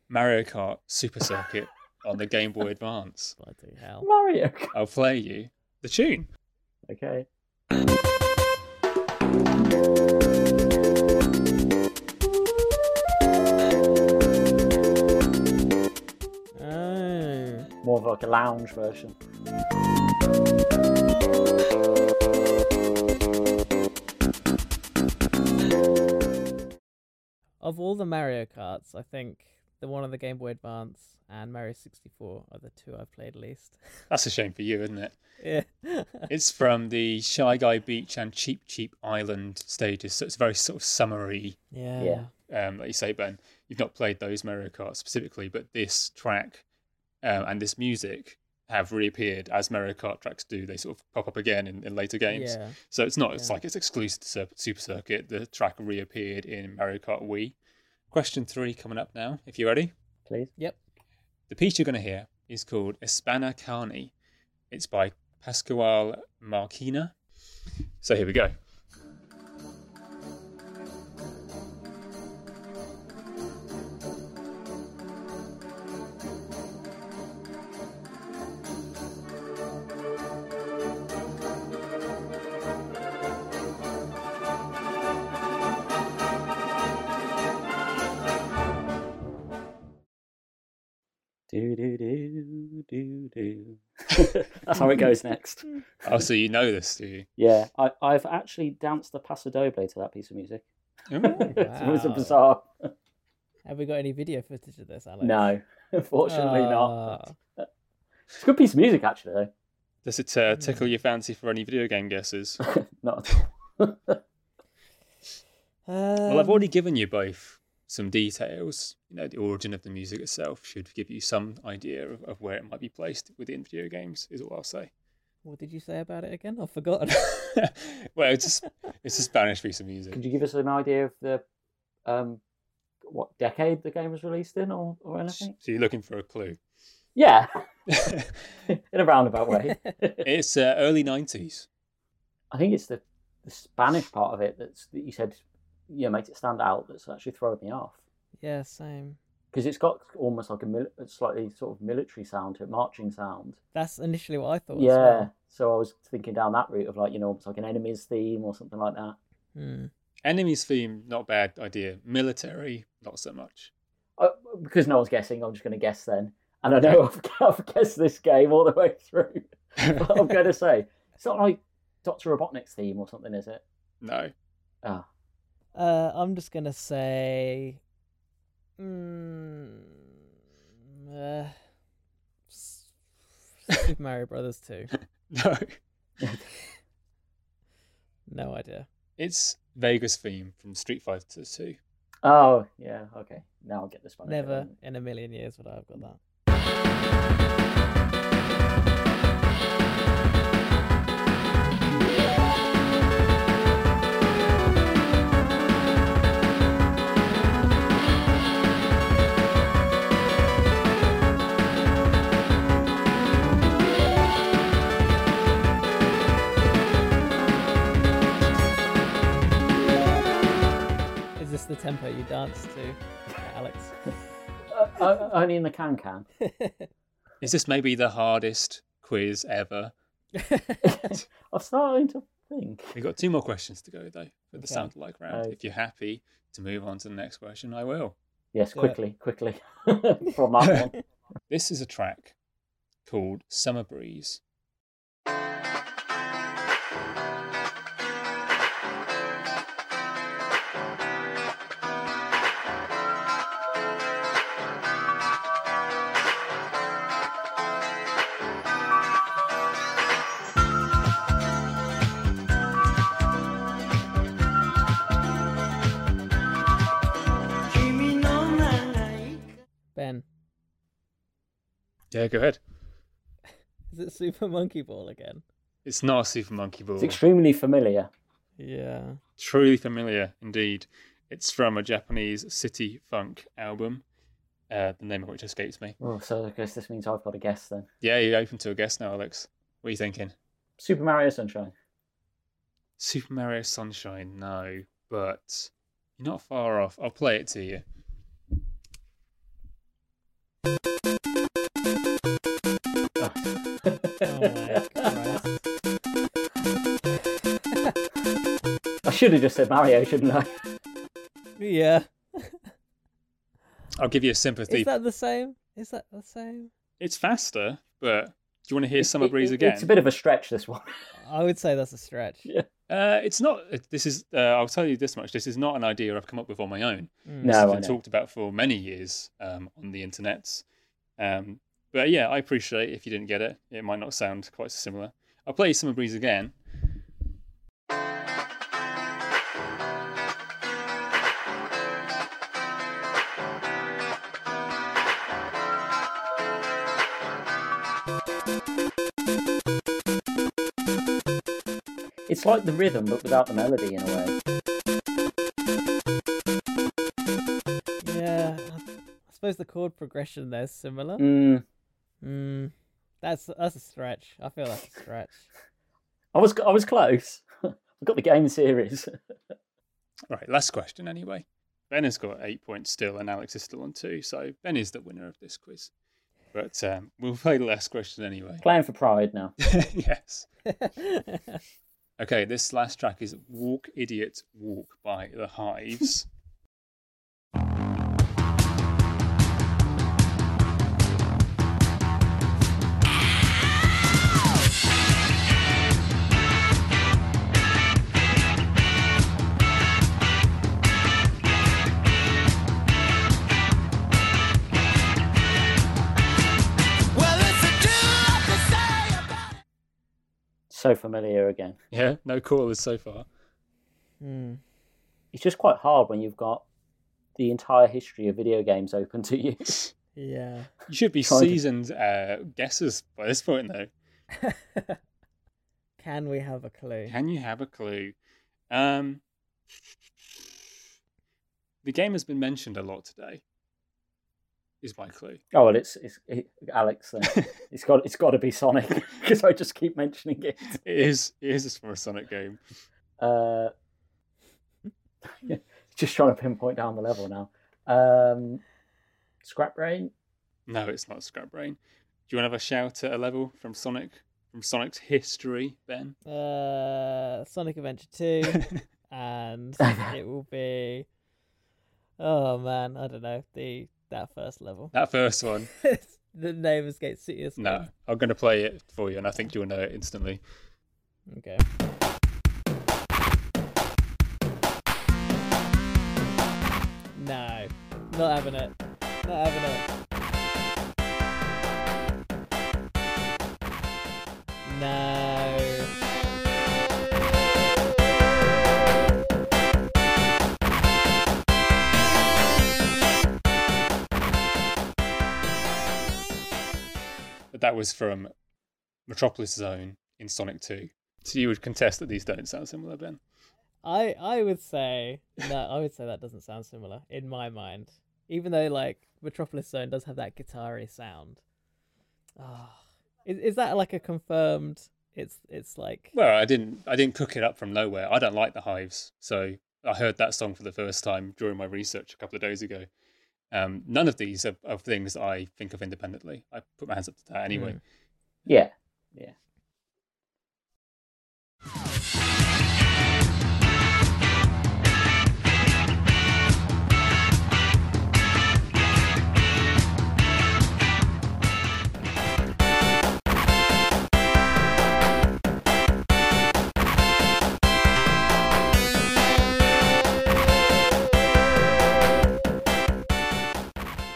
Speaker 1: Mario Kart Super Circuit on the Game Boy Advance.
Speaker 3: Bloody hell!
Speaker 2: Mario.
Speaker 1: I'll play you the tune.
Speaker 2: Okay.
Speaker 3: Oh,
Speaker 2: More of like a lounge version.
Speaker 3: of all the Mario Karts, I think the one on the Game Boy Advance, and Mario 64 are the two I've played least. [LAUGHS]
Speaker 1: That's a shame for you, isn't it?
Speaker 3: yeah.
Speaker 1: It's from the Shy Guy Beach and Cheap Cheap Island stages, so it's very sort of summery,
Speaker 3: yeah.
Speaker 2: Yeah.
Speaker 1: um, like you say, Ben. You've not played those Mario Kart specifically, but this track um, and this music have reappeared as Mario Kart tracks do. They sort of pop up again in, in later games.
Speaker 2: [LAUGHS]
Speaker 3: Yeah.
Speaker 1: So it's not. It's
Speaker 3: Yeah.
Speaker 1: like it's exclusive to Sur- Super Circuit. The track reappeared in Mario Kart Wii. Question three coming up now. If you're ready,
Speaker 2: please.
Speaker 3: Yep.
Speaker 1: the piece you're going to hear is called Espana Carni. It's by Pascual Marquina. So here we go.
Speaker 2: Do do do do [LAUGHS] do. That's how it goes next.
Speaker 1: Oh, so you know this, do
Speaker 3: [LAUGHS]
Speaker 1: you?
Speaker 2: Yeah, I, I've actually danced the Paso Doble to that piece of music. [LAUGHS]
Speaker 1: Ooh.
Speaker 2: it was a
Speaker 3: Wow.
Speaker 2: bizarre.
Speaker 3: Have we got any video footage of this, Alex?
Speaker 2: No, [LAUGHS] unfortunately not.
Speaker 3: Ah.
Speaker 2: It's a good piece of music, actually, though.
Speaker 1: Does it uh, tickle your fancy for any video game guesses?
Speaker 2: Not
Speaker 3: [LAUGHS]
Speaker 2: at all.
Speaker 1: Well, I've
Speaker 3: Um,
Speaker 1: already given you both some details. You know, the origin of the music itself should give you some idea of, of where it might be placed within video games, is all I'll say.
Speaker 3: um, What did you say about it again? I've forgotten. [LAUGHS]
Speaker 1: [LAUGHS] well, it's just it's a Spanish piece of music.
Speaker 2: Could you give us an idea of the um, what decade the game was released in, or, or anything?
Speaker 1: So you're looking for a clue. [LAUGHS]
Speaker 2: Yeah, [LAUGHS] in a roundabout
Speaker 3: [LAUGHS]
Speaker 2: way.
Speaker 1: it's uh, early '90s.
Speaker 2: I think it's the, the Spanish part of it that's that you said, you know, makes it stand out. That's actually throwing me off
Speaker 3: yeah, same.
Speaker 2: because it's got almost like a mil- a slightly sort of military sound to it, marching sound.
Speaker 3: That's initially what I thought. as
Speaker 2: yeah.
Speaker 3: well.
Speaker 2: So I was thinking down that route of like you know almost like an enemies theme or something like that.
Speaker 3: Hmm.
Speaker 1: Enemies theme, not bad idea. Military, not so much.
Speaker 2: Uh, because no one's guessing, I'm just going to guess then. And I know [LAUGHS] I've, I've guessed this game all the way through. [LAUGHS] But I'm going to say it's not like Doctor Robotnik's theme or something, is it?
Speaker 1: no. [LAUGHS]
Speaker 2: Ah,
Speaker 3: Uh, I'm just gonna say, mm, uh, S- Super Mario Brothers Two.
Speaker 1: No.
Speaker 3: No idea.
Speaker 1: It's Vegas theme from Street Fighter 2.
Speaker 2: oh yeah, okay. Now I'll get this one.
Speaker 3: Never in a million years would I have got that. Is this the tempo you dance to, Alex?
Speaker 2: [LAUGHS] Uh, uh, only in the can can.
Speaker 1: Is this maybe the hardest quiz ever?
Speaker 2: I'm starting to think.
Speaker 1: We've got two more questions to go though for the
Speaker 3: Okay.
Speaker 1: sound like round.
Speaker 2: Oh.
Speaker 1: If you're happy to move on to the next question, I will.
Speaker 2: Yes,
Speaker 3: Do it.
Speaker 2: quickly, quickly [LAUGHS] from that one.
Speaker 1: This is a track called Summer Breeze.
Speaker 3: [LAUGHS] ben,
Speaker 1: Yeah, go ahead.
Speaker 3: is it Super Monkey Ball again?
Speaker 1: It's not a Super Monkey Ball.
Speaker 2: It's extremely familiar.
Speaker 3: Yeah.
Speaker 1: Truly familiar indeed. It's from a Japanese city funk album, uh, the name of which escapes me.
Speaker 2: Oh, so I guess this means I've got to guess then.
Speaker 1: Yeah, you're open to a guess now, Alex. What are you thinking?
Speaker 2: Super Mario Sunshine.
Speaker 1: Super Mario Sunshine, no, but you're not far off. I'll play it to you.
Speaker 3: Oh my Christ.
Speaker 2: I should have just said Mario, shouldn't I?
Speaker 3: Yeah.
Speaker 1: I'll give you a sympathy.
Speaker 3: Is that the same? Is that the same?
Speaker 1: It's faster, but you want to hear Summer
Speaker 2: It-
Speaker 1: Breeze
Speaker 2: it-
Speaker 1: again?
Speaker 2: It's a bit of a stretch, this one. [LAUGHS]
Speaker 3: I would say that's a stretch.
Speaker 1: Uh, it's not. it- This is. Uh, I'll tell you this much. This is not an idea I've come up with on my own.
Speaker 3: Mm.
Speaker 1: This has
Speaker 2: no, I
Speaker 1: been
Speaker 2: know.
Speaker 1: talked about for many years um, on the internet. Um, but yeah, I appreciate if you didn't get it. It might not sound quite so similar. I'll play Summer Breeze again.
Speaker 2: It's like the rhythm, but without the melody in a way.
Speaker 3: Yeah, I I suppose the chord progression there's similar.
Speaker 2: Mm,
Speaker 3: Mm. That's that's a stretch. I feel that's a stretch.
Speaker 2: I was I was close. [LAUGHS] I got the game series. [LAUGHS]
Speaker 1: Right, last question anyway. Ben has got eight points still, and Alex is still on two. So Ben is the winner of this quiz. But um, we'll play the last question [LAUGHS] anyway.
Speaker 2: Playing for pride now. [LAUGHS]
Speaker 1: yes. Okay, this last track is Walk Idiot Walk by The Hives.
Speaker 2: So familiar again.
Speaker 1: [LAUGHS] yeah, no callers so far.
Speaker 3: Mm.
Speaker 2: It's just quite hard when you've got the entire history of video games open to you.
Speaker 3: [LAUGHS]
Speaker 2: [LAUGHS]
Speaker 3: Yeah.
Speaker 1: You should be
Speaker 2: Trying to-
Speaker 1: seasoned uh, guessers by this point, though.
Speaker 3: Can we have a clue?
Speaker 1: Can you have a clue? Um, the game has been mentioned a lot today. Is my clue?
Speaker 2: Oh well, it's it's it, Alex.
Speaker 1: [LAUGHS]
Speaker 2: Then. it's got it's got to be Sonic [LAUGHS] because I just keep mentioning it.
Speaker 1: It is. It is from a Sonic game.
Speaker 2: Uh, [LAUGHS] just trying to pinpoint down the level now. Um, Scrap Brain.
Speaker 1: No, it's not Scrap Brain. Do you want to have a shout at a level from Sonic? From Sonic's history, Ben?
Speaker 3: Uh, Sonic Adventure
Speaker 1: [LAUGHS]
Speaker 3: Two, and it will be. Oh man, I don't know the that first level.
Speaker 1: That first one.
Speaker 3: [LAUGHS] the name escapes me. it's
Speaker 1: No, I'm going to play it for you, and I think you'll know it instantly.
Speaker 3: fine. Okay. No, not having it. Not having it. No.
Speaker 1: But that was from Metropolis Zone in Sonic 2. So you would contest that these don't sound similar, Ben?
Speaker 3: I I would say no. I would say that doesn't sound similar in my mind. Even though like Metropolis Zone does have that guitar-y sound. Ah, is is that like a confirmed? It's it's like
Speaker 1: Well, I didn't. I didn't cook it up from nowhere. I don't like the Hives, so I heard that song for the first time during my research a couple of days ago. Um, none of these are, are things I think of independently. I put my hands up to that
Speaker 2: Hmm.
Speaker 1: anyway.
Speaker 2: Yeah,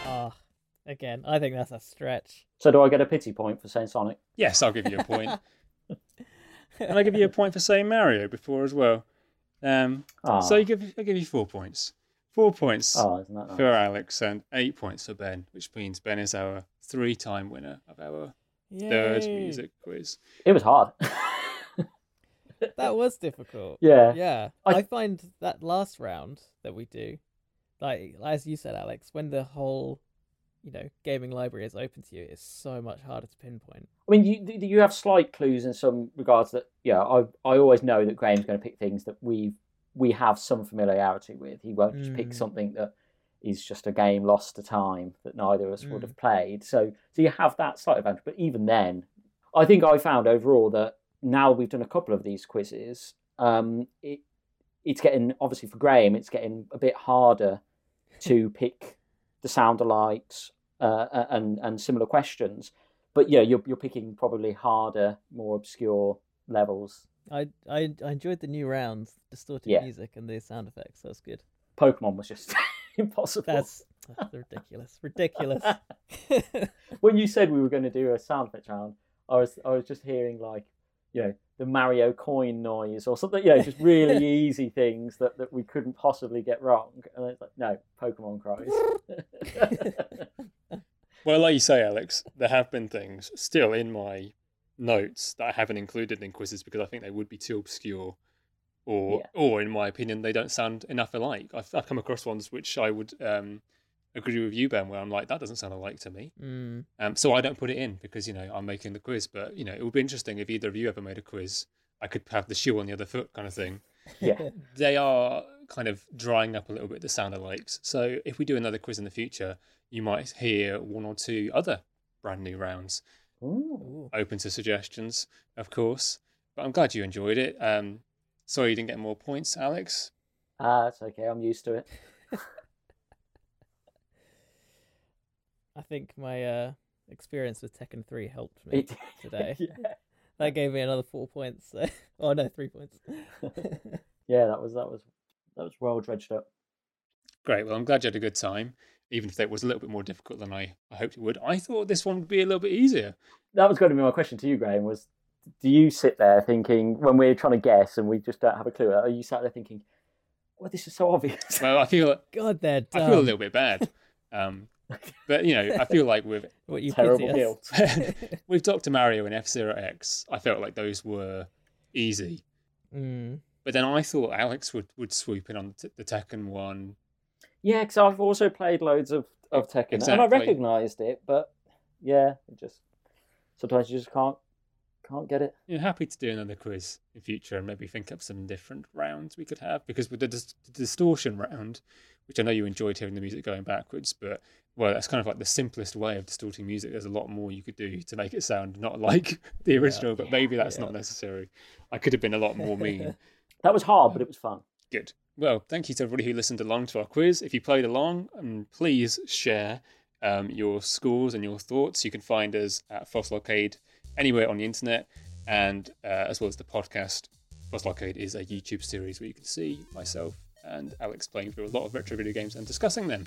Speaker 3: ah. again, I think that's a stretch.
Speaker 2: So do I get a pity point for saying Sonic?
Speaker 1: Yes, I'll give you a
Speaker 2: [LAUGHS]
Speaker 1: point, and I give you a point for saying Mario before as well. Um,
Speaker 2: Ah,
Speaker 1: So I give I give you four points. Four points
Speaker 2: ah, isn't that nice?
Speaker 1: for Alex and eight points for Ben, which means Ben is our three-time winner of our third
Speaker 3: Yay.
Speaker 1: music quiz.
Speaker 2: It was hard.
Speaker 3: [LAUGHS]
Speaker 2: [LAUGHS]
Speaker 3: That was difficult.
Speaker 2: yeah.
Speaker 3: yeah I...
Speaker 2: I-
Speaker 3: find that last round that we do like as you said alex when the whole you know gaming library is open to you it's so much harder to pinpoint
Speaker 2: I mean, you you have slight clues in some regards that yeah, I I always know that Graham's going to pick things that we we have some familiarity with. He won't just
Speaker 3: Mm.
Speaker 2: pick something that is just a game lost to time that neither of us would
Speaker 3: Mm.
Speaker 2: have played. So so you have that slight advantage. But even then, I think I found overall that now we've done a couple of these quizzes, um, it it's getting obviously for Graham, it's getting a bit harder to pick the sound alikes uh, and and similar questions But yeah, you're you're picking probably harder, more obscure levels.
Speaker 3: I, I I enjoyed the new rounds, distorted
Speaker 2: Yeah.
Speaker 3: music and the sound effects. That's good.
Speaker 2: Pokemon was just [LAUGHS] impossible.
Speaker 3: That's
Speaker 2: [LAUGHS]
Speaker 3: that's ridiculous. Ridiculous. [LAUGHS]
Speaker 2: when you said we were going to do a sound effect round, I was I was just hearing like you know the Mario coin noise or something. Yeah, just really easy things that, that we couldn't possibly get wrong. And it's like no, Pokemon cries.
Speaker 1: Well, like you say, Alex, there have been things still in my notes that I haven't included in quizzes because I think they would be too obscure, or
Speaker 2: Yeah.
Speaker 1: or in my opinion, they don't sound enough alike. I've, I've come across ones which I would um, agree with you, Ben, where I'm like, that doesn't sound alike to me.
Speaker 3: mm,
Speaker 1: Um, so I don't put it in because you know I'm making the quiz. But you know, it would be interesting if either of you ever made a quiz. I could have the shoe on the other foot, kind of thing
Speaker 2: yeah,
Speaker 1: they are kind of drying up a little bit the sound alikes. So if we do another quiz in the future, you might hear one or two other brand new rounds.
Speaker 2: Ooh.
Speaker 3: [LAUGHS] ooh.
Speaker 1: Open to suggestions, of course. But I'm glad you enjoyed it. Um, sorry you didn't get more points, Alex.
Speaker 2: [LAUGHS] ah, it's okay. I'm used to it.
Speaker 3: I think my uh, experience with Tekken 3 helped
Speaker 2: [LAUGHS]
Speaker 3: me
Speaker 2: It-
Speaker 3: [LAUGHS] today.
Speaker 2: yeah.
Speaker 3: That gave me another four points. [LAUGHS] So. Oh no,
Speaker 2: [LAUGHS]
Speaker 3: three points.
Speaker 2: yeah, that was that was that was well dredged up.
Speaker 1: Great. Well, I'm glad you had a good time, even if that was a little bit more difficult than I, I hoped it would. I thought this one would be a little bit easier.
Speaker 2: That was going to be my question to you, Graham. Was do you sit there thinking when we're trying to guess and we just don't have a clue? Are you sat there thinking, "Well, this is so obvious"?
Speaker 1: Well, I feel
Speaker 3: God, they're dumb.
Speaker 1: I feel a little bit bad. Um, but you know, I feel like with [LAUGHS]
Speaker 3: what
Speaker 2: [LAUGHS]
Speaker 3: you
Speaker 2: Terrible
Speaker 3: pity us.
Speaker 2: guilt.
Speaker 1: with Doctor Mario and F Zero X, I felt like those were easy.
Speaker 3: [LAUGHS] Mm.
Speaker 1: But then I thought Alex would, would swoop in on the, t- the Tekken one.
Speaker 2: Yeah, because I've also played loads of of Tekken, and I
Speaker 1: Exactly.
Speaker 2: recognised it, but yeah, it just sometimes you just can't can't get it.
Speaker 1: You know, happy to do another quiz in future and maybe think up some different rounds we could have because with the, dis- the distortion round, which I know you enjoyed hearing the music going backwards, but well, that's kind of like the simplest way of distorting music. There's a lot more you could do to make it sound not like [LAUGHS] the original, but maybe that's not necessary. I could have been a lot more mean.
Speaker 2: That was hard, but it was fun.
Speaker 1: Good. Well, thank you to everybody who listened along to our quiz. If you played along, um, please share um, your scores and your thoughts. You can find us at Fossil Arcade anywhere on the internet, and uh, as well as the podcast. Fossil Arcade is a YouTube series where you can see myself and Alex playing through a lot of retro video games and discussing them.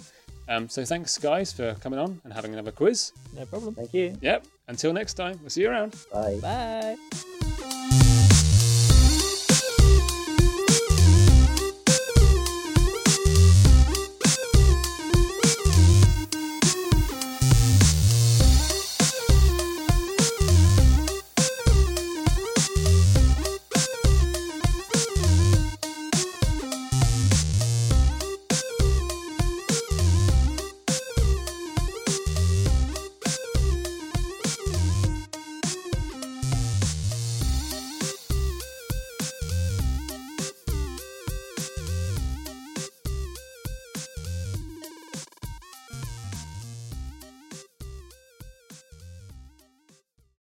Speaker 1: Um, so thanks, guys, for coming on and having another quiz.
Speaker 3: No problem.
Speaker 2: Thank you.
Speaker 1: Yep. Until next time, we'll see you around.
Speaker 2: Bye.
Speaker 3: Bye.